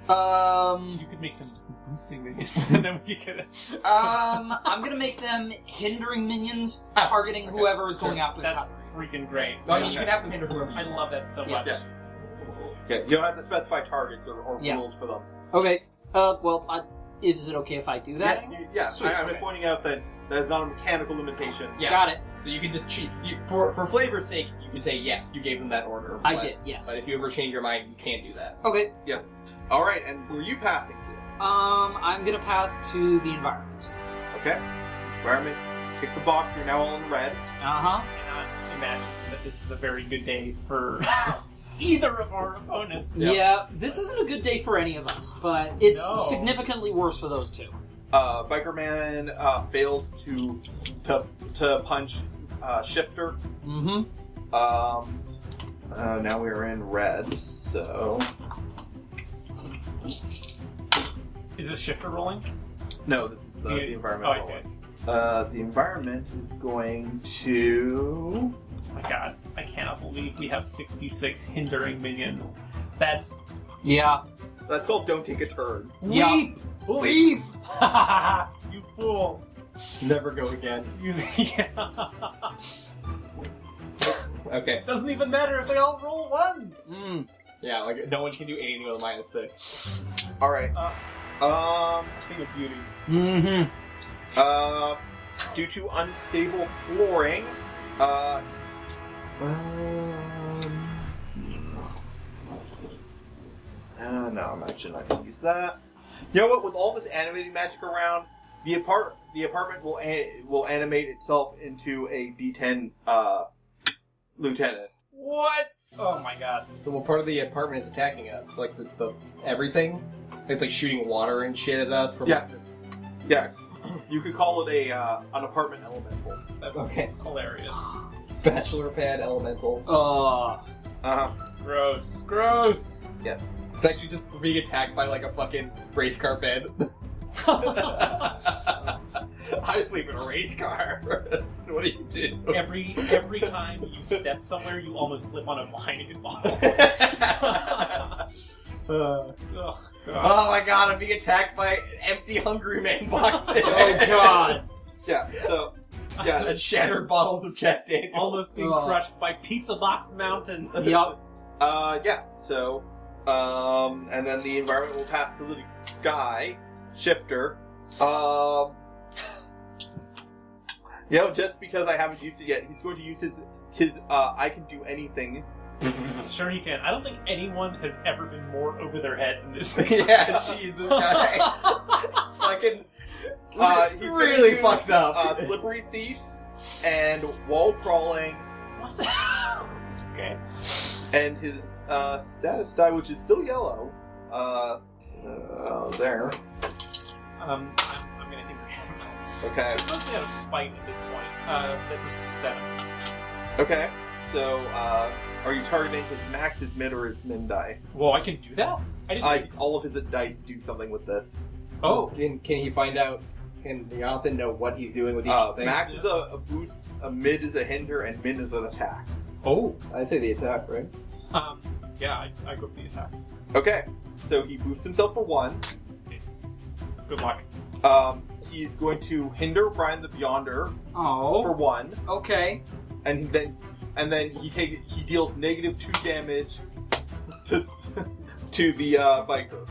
Um.
You could make them boosting minions, [laughs] and then we could get it.
Um. [laughs] I'm gonna make them hindering minions, targeting
okay.
whoever is going after the
That's
cutlery.
freaking great.
I mean, you can have them hinder whoever.
I
You
love that so
Yeah.
much.
Yeah. Yeah, you don't have to specify targets or, or
Yeah.
rules for them.
Okay. Uh. Well, I, is it okay if I do that?
Yeah, you- yeah.
Sweet.
I, I'm
Okay.
pointing out that that's not a mechanical limitation.
Yeah.
Got it.
So you can just cheat. You, for for flavor's sake, you can say yes, you gave them that order.
I
but-
did. Yes.
But if you ever change your mind, you can't do that.
Okay.
All right, and who are you passing to?
Um. I'm gonna pass to the environment.
Okay, environment. Kick the box. You're now all in red.
Uh huh.
I cannot imagine that this is a very good day for [laughs] either of our opponents.
Yeah.
Yeah, this isn't a good day for any of us, but it's
No.
significantly worse for those two.
Uh, Biker man uh, fails to to to punch uh, shifter.
Mm-hmm.
Um, uh, now we are in red. So
Is this shifter rolling?
no, this is uh, the,
You- Oh,
the
I
environmental.
see.
one. Uh, the environment is going to.
Oh my god. I cannot believe we have 66 hindering minions. That's. [laughs]
Yeah.
That's called don't take a turn.
Yeah.
Leave.
you fool.
Never go again.
You, [laughs] yeah.
Okay.
Doesn't even matter if they all roll ones.
Mm.
Yeah. Like no one can do anything with a minus six.
All right.
Uh.
Um.
Thing of beauty.
Mm-hmm.
Uh, due to unstable flooring, uh, um, uh, no, I'm actually not gonna use that. You know what? With all this animating magic around, the apart the apartment will an- will animate itself into a D10 uh, lieutenant.
What? Oh my god.
So well, part of the apartment is attacking us, like the, the everything. It's like shooting water and shit at us. From
Yeah. Yeah, you could call it a uh, an apartment elemental.
That's
Okay.
hilarious.
Bachelor pad elemental.
Uh,
Uh,
Gross. Gross.
It's actually just being attacked by like a fucking race car bed. [laughs] I sleep in a race car. [laughs] so what do you do? [laughs]
Every every time you step somewhere, you almost slip on a wine [laughs] bottle.
oh
Ugh, God.
my god, I'm being attacked by empty Hungry Man boxes.
oh God.
yeah. So yeah,
And shattered bottles of Jack Daniels.
Almost being
Ugh. [laughs]
crushed by Pizza Box Mountain.
Yup.
Uh, yeah. So, Um, and then the environment will pass to the guy, Shifter. Um, you know, just because I haven't used it yet, he's going to use his his uh, I can do anything.
Sure, you can. I don't think anyone has ever been more over their head than
[laughs]
this.
[laughs] yeah, she's this guy. [laughs] It's fucking
Uh, he's gonna
really
do,
fucked up.
Uh,
[laughs]
slippery thief and wall crawling
okay.
and his uh, status die, which is still yellow. Uh, uh, there.
Um, I'm, I'm gonna hit her. [laughs]
Okay.
Mostly out of spite at this point. Uh, that's a seven.
Okay. So, uh, are you targeting his max, his mid, or his min die?
Well, I can do that. I didn't.
I, all of his dice do something with this.
oh,
Can, can he find out? Can Jonathan know what he's doing with each
Uh,
thing?
max is a, a boost, a mid is a hinder, and min is an attack.
oh.
I'd say the attack, right?
Um, yeah, I, I go for the attack.
Okay. So he boosts himself for one.
Good luck.
Um, he's going to hinder Brian the Beyonder
Oh,
for one,
okay.
and then and then he takes he deals negative two damage to [laughs] to the uh, biker.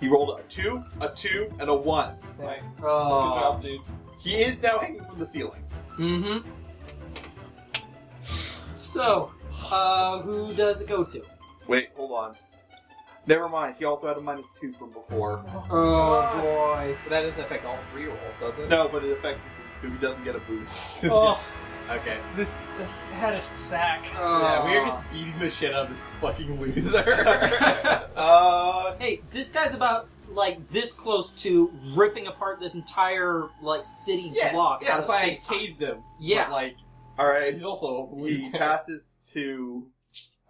He rolled a two, a two, and a one.
Nice. Good
Oh.
job, dude. [laughs]
He is now hanging from the ceiling.
Mm-hmm. So, uh, who does it go to?
Wait, hold on. Never mind. He also had a minus two from before.
Oh boy.
But that doesn't affect all three rolls, does it?
No, but it affects him, so he doesn't get a
[laughs]
boost.
Oh,
Okay.
this the saddest sack.
yeah, we are
Oh.
just beating the shit out of this fucking [laughs] loser.
Uh,
[laughs] Hey, this guy's about like this close to ripping apart this entire like city block.
yeah,
out of
that's why I
space-time.
tased him.
Yeah.
But, like,
all right.
he's also a [laughs]
He
loser.
passes to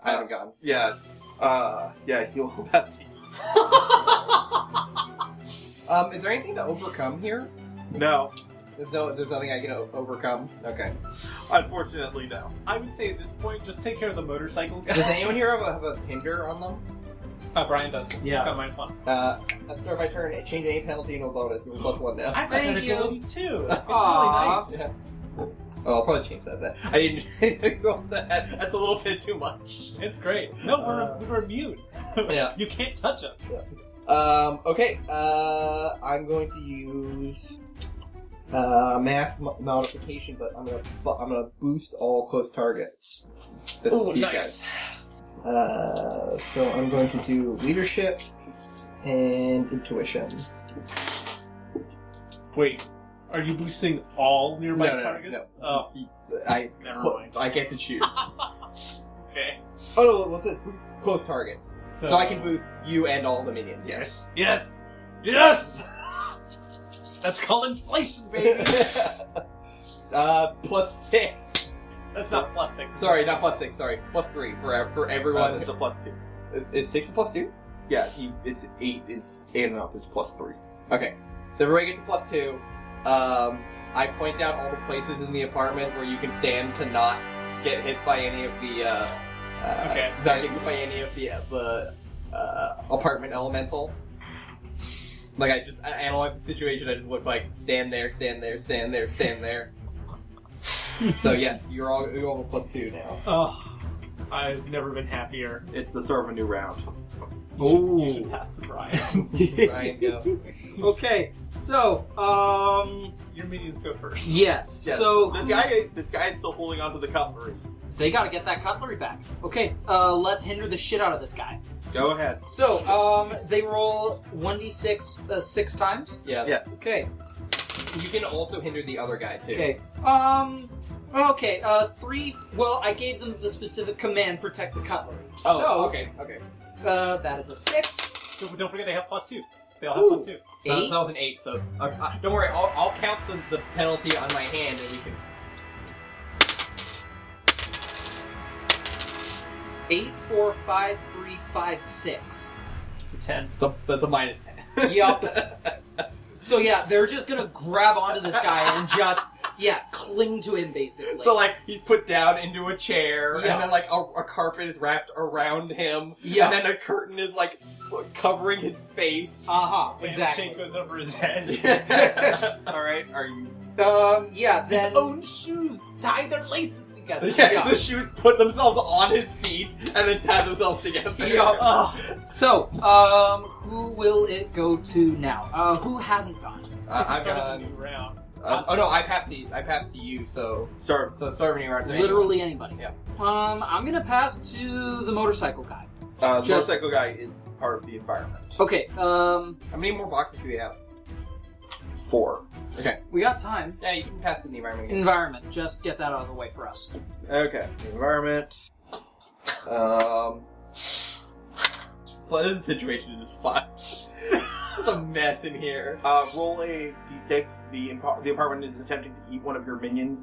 I haven't gotten.
yeah, uh, yeah. He'll [laughs] have
Um, is there anything to overcome here?
no.
There's no, there's nothing I can o- overcome. Okay.
Unfortunately, no.
I would say at this point, just take care of the motorcycle
Does
guy.
anyone here have a, have a hinder on them?
uh, Brian does.
Yeah.
Got minus one.
Uh, at the start of my turn, change any penalty, no bonus. You're plus one now.
I've got
Thank
that
you.
ability too. It's
Aw.
really nice.
Oh, I'll probably change that. Then. [laughs] I didn't go with that. That's a little bit too much.
It's great. No, we're,
Uh,
we're immune.
yeah.
You can't touch us.
Um, okay. Uh, I'm going to use uh, mass mo- modification, but I'm gonna bu- I'm gonna boost all close targets. This these guys. Uh, so I'm going to do leadership and intuition.
Wait, are you boosting all nearby
No, no, no,
targets?
no.
Oh,
I
Never mind.
I get to choose.
okay.
oh no, what's it? Close targets.
So,
So I can boost you and all the minions. Yes.
Yes. Yes. Yes. [laughs] That's called inflation,
[laughs]
baby.
uh, plus six.
That's not plus six. it's
Sorry,
plus
not plus six. Sorry, plus three for for
Uh,
everyone.
it's a plus two.
Is- is six a plus two?
Yeah, he, it's eight. It's eight and up. It's plus three.
Okay, so everybody gets a plus two. Um, I point out all the places in the apartment where you can stand to not get hit by any of the. Uh, uh,
Okay.
Not get hit by any of the the uh, apartment elemental. Like I just I analyze the situation. I just look like stand there, stand there, stand there, stand there. so yes, you're all you all have a plus two now.
Oh, I've never been happier.
It's the start of a new round.
You should, you should pass
[laughs]
to Brian.
Ryan, go.
Okay. So, um,
Your minions go first.
yes.
Yeah,
So
Oh, this guy, this guy is still holding onto the cutlery.
they got to get that cutlery back. Okay. Uh, let's hinder the shit out of this guy. [laughs]
Go ahead.
So, um, they roll one d six uh, six times.
Yeah.
Yeah.
Okay.
You can also hinder the other guy too.
Okay. Um. Okay. Uh, three. Well, I gave them the specific command: protect the cutlery.
Oh,
so,
okay, okay.
Uh, that is a six.
Don't, don't forget they have plus two. They all have plus two.
So,
Eight?
so that was an eight. So uh, uh, don't worry, I'll, I'll count the, the penalty on my hand, and we can.
Eight, four, five, three,
[laughs]
five, six.
It's a ten.
The, that's a minus ten.
Yup. So yeah, they're just gonna grab onto this guy and just yeah, cling to him basically.
so like he's put down into a chair,
Yeah.
and then like a, a carpet is wrapped around him,
yeah.
and then a curtain is like covering his face.
uh-huh,
And Shane
exactly.
goes over his head.
[laughs] his
Uh, All right. Are you?
Um yeah, then
own shoes tie their laces
got
[laughs] [laughs] Yeah, the shoes put themselves on his feet and then tie themselves [laughs] together.
Yup. So, um, who will it go to now? Uh, who hasn't
Uh,
gone?
It's the
I've
start of
got.
a new round.
Um, oh no, I passed to I passed to you. So
Start.
so start running around.
Literally anybody.
Yeah.
Um, I'm gonna pass to the motorcycle guy.
Uh, the
Just- Oh.
motorcycle guy is part of the environment.
Okay. Um,
How many more boxes do we have?
Four.
we got time.
Yeah, you can pass to the environment. Again.
Environment. Just get that out of the way for us.
Okay. The environment. Um.
Well, this situation is fun. [laughs] it's a mess in here.
Uh, roll a d6. The imp- the apartment is attempting to eat one of your minions.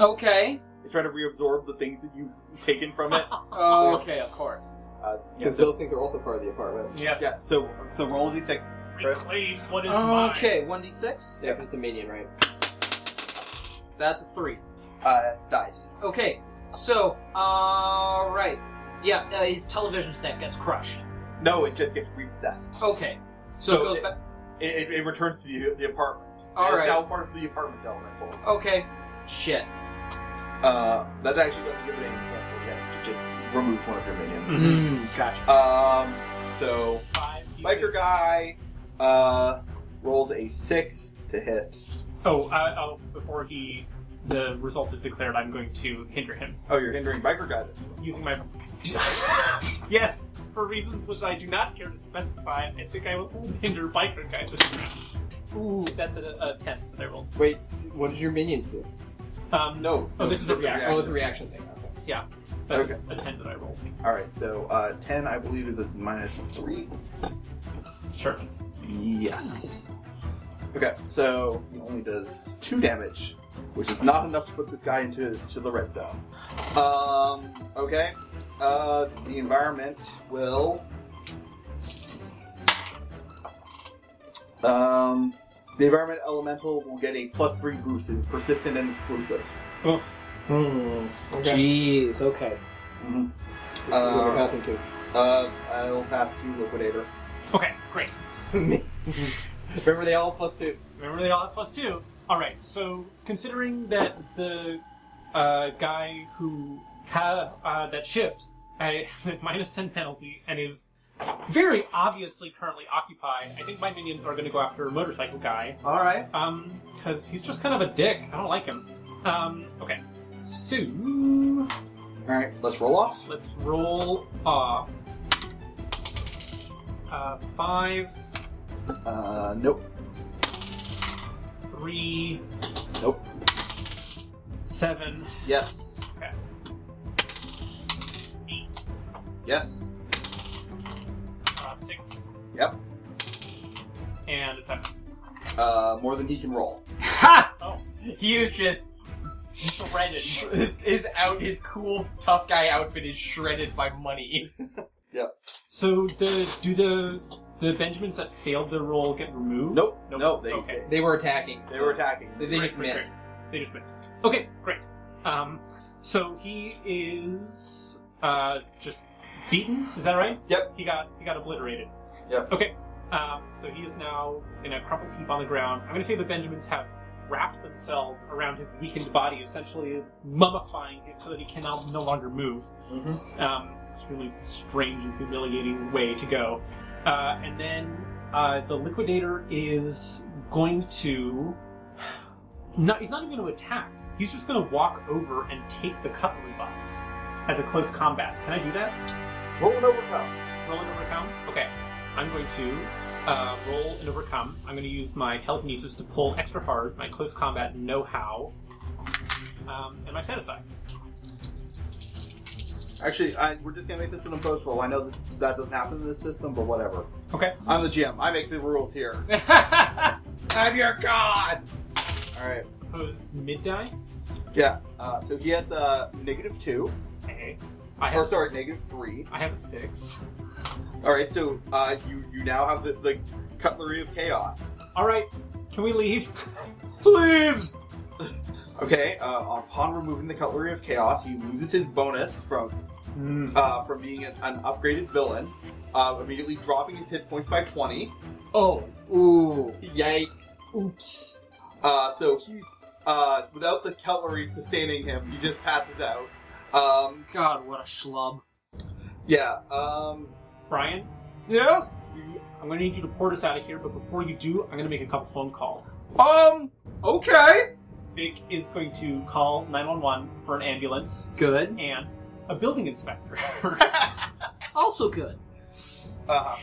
Okay.
It's trying to reabsorb the things that you've taken
[laughs]
from it.
Okay. Of course.
Uh, yeah,
Because
so,
those things are also part of the apartment.
Yes.
yeah, so so roll a d6. Chris.
Reclaim what is mine.
Okay. One d six.
Yeah, but it's a minion, right?
That's a three.
Uh, dice.
Okay. So, all right. Yeah. Uh, his television set gets crushed.
No, it just gets repossessed.
Okay. So,
So
it goes
it-
back.
It, it, it returns to the, the apartment.
All
it's
right.
now part of the apartment elemental.
Okay. Shit.
Uh, that actually doesn't give it any damage. Yeah, it just removes one of your minions.
Mm, gotcha.
Um, so
Five.
biker guy uh rolls a six to hit.
Oh, uh, oh, before he, the result is declared, I'm going to hinder him
Oh, you're hindering biker guy. This
using
[laughs]
my. yes, for reasons which I do not care to specify, I think I will hinder biker guy this round. Ooh, that's a, a ten that I rolled.
Wait, what does your minions do?
Um,
no.
Oh, this is a
reaction.
reaction.
Oh, it's a reaction thing. Okay.
that's
okay.
a ten that I rolled.
All right. So uh, ten, I believe, is a minus three.
Sure.
Yes. Okay. So he only does two damage, which is not enough to put this guy into to the red zone. Um. Okay. Uh, the environment will. Um, the environment elemental will get a plus three boost. It is persistent and exclusive.
Okay.
Jeez. Okay.
Mm-hmm.
We're
Uh,
passing
uh, I'll have to liquidator.
Okay, great.
to.
[laughs]
Remember, they all plus two.
Remember they all have plus two. All right. So considering that the uh, guy who had uh, that shift I- has a [laughs] minus ten penalty and is very obviously currently occupied, I think my minions are going to go after a motorcycle guy.
All right.
Um, because he's just kind of a dick. I don't like him. Um, okay. So
All right, let's roll off.
let's roll off. Uh, five,
Uh, nope.
three,
Nope.
seven,
Yes.
eight,
Yes.
uh, six.
Yep.
And a seven.
Uh, more than he can roll.
Ha!
Oh,
He is just
shredded.
sh-
[laughs]
his, his out his cool tough guy outfit is shredded by money. [laughs]
So the do the the Benjamins that failed the roll get removed?
Nope.
Nope.
No, they,
Okay.
They were attacking.
they they were attacking.
They, they
Right,
just
right,
missed.
They just missed. Okay, great. Um, so he is uh just beaten. Is that right?
Yep.
He got he got obliterated.
Yep.
Okay. Um, so he is now in a crumpled heap on the ground. I'm gonna say the Benjamins have wrapped themselves around his weakened body, essentially mummifying him so that he cannot no longer move.
Mhm.
Um, it's a really strange and humiliating way to go. Uh, and then uh, the liquidator is going to. Not, he's not even going to attack. He's just going to walk over and take the cutlery box as a close combat. Can I do that?
Roll and overcome.
Roll and overcome? Okay. I'm going to uh, roll and overcome. I'm going to use my telekinesis to pull extra hard, my close combat know how, um, and my satisfy. [laughs]
Actually, I, we're just gonna make this an imposed roll. I know this, that doesn't happen in this system, but whatever.
Okay.
I'm the GM. I make the rules here.
I'm your god.
All right.
Pose mid die.
Yeah. Uh, so he has uh, negative two,
Okay. I
or
have,
Oh, sorry, negative three.
I have a six.
All right. So uh, you you now have the, the cutlery of chaos.
All right, can we leave? [laughs]
Please!
Okay. Uh, upon removing the cutlery of chaos, he loses his bonus from
Hmm.
uh, from being an, an upgraded villain, uh, immediately dropping his hit points by 20.
Oh, Ooh.
Yikes.
Oops.
Uh, so he's uh, without the cutlery sustaining him, he just passes out. Um,
God, what a schlub.
yeah. Um,
Brian,
Yes?
you- I'm going to need you to port us out of here, but before you do, I'm going to make a couple phone calls.
Um, okay.
Vic is going to call 911 for an ambulance
Good.
and a building inspector.
[laughs] Also good.
uh,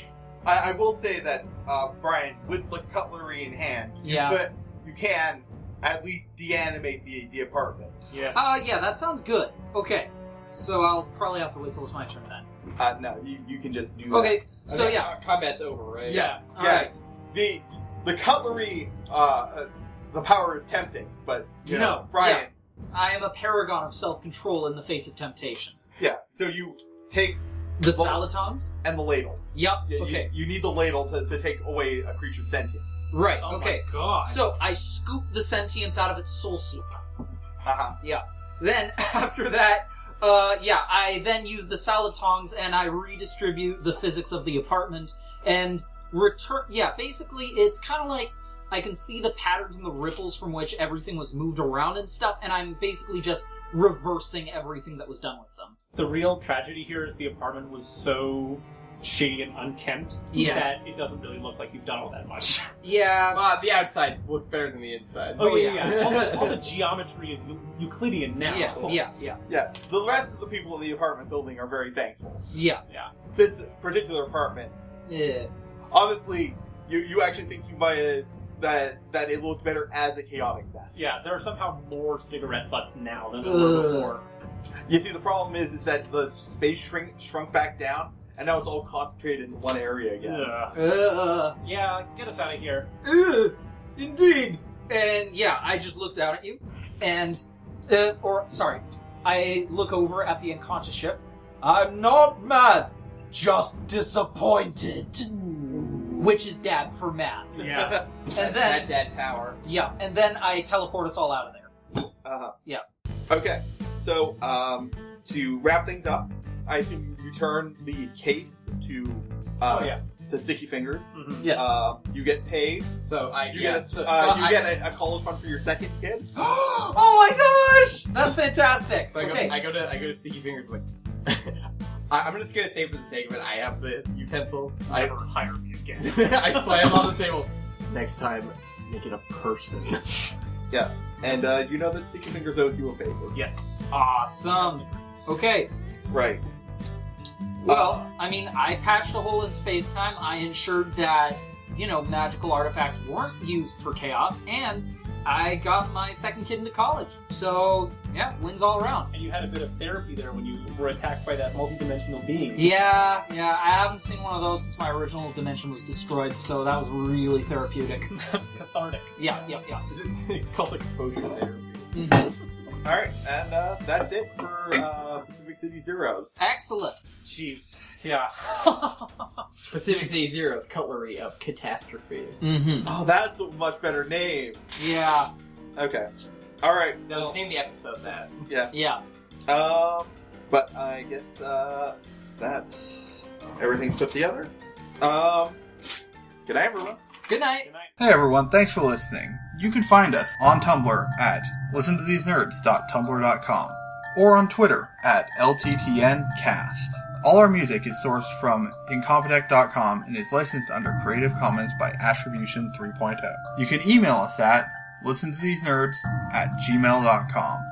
I, I will say that uh, Brian, with the cutlery in hand,
[laughs]
Yeah.
but you can at least deanimate the the apartment.
yes.
Uh, yeah, that sounds good. Okay. So I'll probably have to wait till it's my turn then.
Uh, no, you, you can just do
Okay, so
Okay,
yeah.
uh, combat's over, right?
Yeah.
All
yeah.
right.
that. the the cutlery. Uh, uh, the power is tempting, but you
No,
know, Brian.
I am a paragon of self control in the face of temptation.
Yeah. So you take
The
Well-
salatons?
and the ladle.
Yep.
Yeah, you-
okay.
You, need the ladle to, to take away a creature's sentience.
Right.
oh
okay.
my god.
So I scoop the sentience out of its soul soup.
Uh-huh.
Then [laughs] after that, uh, yeah, I then use the salad tongs and I redistribute the physics of the apartment and return. Yeah, basically, it's kind of like I can see the patterns and the ripples from which everything was moved around and stuff, and I'm basically just reversing everything that was done with them.
the real tragedy here is the apartment was so shitty and unkempt
Yeah.
that it doesn't really look like you've done all that much.
Yeah.
Wow, the outside looks better than the inside.
[laughs]
Oh, yeah.
all,
[laughs]
the, all the geometry is Eu- Euclidean now.
Yeah, yeah, yeah,
Yeah. The rest of the people in the apartment building are very thankful.
yeah,
This particular apartment,
yeah.
honestly, you, you actually think you might have, that that it looked better as a chaotic mess.
Yeah, there are somehow more cigarette butts now than there were
Ugh.
before.
You see, the problem is is that the space shrink shrunk back down, and now it's all concentrated in one area again.
Ugh.
Uh,
Yeah, get us out of here.
Ugh, indeed. And yeah, I just look down at you, and uh, or sorry, I look over at the unconscious shift. I'm not mad, just disappointed, which is dad for mad.
[laughs]
Yeah.
And
that
then
dead power.
yeah, and then I teleport us all out of there.
Uh-huh.
Yeah.
Okay. So, um, to wrap things up, I assume you turn the case to uh,
[laughs] oh yeah.
to Sticky Fingers.
Mhm.
Yes.
Um, you get paid.
So I
You
yeah,
get
so-
a, uh,
so
you
I-
get a, a college fund for your second kid.
[gasps] oh my gosh, that's fantastic.
So I go,
okay.
I go to I go to Sticky Fingers like [laughs] I, I'm just gonna say for the sake of it, I have the utensils. I
Never hire me again.
[laughs] I slam on the table. Next time, make it a person.
And uh, you know that Sticky Fingers owes you a favor.
yes. Ah.
Awesome. Okay.
Right.
Well, I mean, I patched a hole in space time. I ensured that, you know, magical artifacts weren't used for chaos, and I got my second kid into college. So, yeah, wins all around.
And you had a bit of therapy there when you were attacked by that multidimensional being.
Yeah, yeah, I haven't seen one of those since my original dimension was destroyed, so that was really therapeutic.
[laughs] Cathartic.
Yeah, yeah, yeah.
[laughs] it's called exposure therapy.
Mhm.
All right, and uh, that's it for uh, Pacific City Zeros.
Excellent.
Jeez.
[laughs]
Yeah.
Pacific City Zero, cutlery of catastrophe.
mm-hmm.
Oh, that's a much better name.
Yeah,
Okay. All right.
No,
well,
let's name the episode that.
yeah.
Um, but I guess uh, that's everything put together. Um, good night, everyone.
Good night.
Hey everyone, thanks for listening. You can find us on Tumblr at listentothesenerds.tumblr.com or on Twitter at LTTNcast. All our music is sourced from incompetech.com and is licensed under Creative Commons by oh. Attribution 3.0. You can email us at listentothesenerds at gmail.com.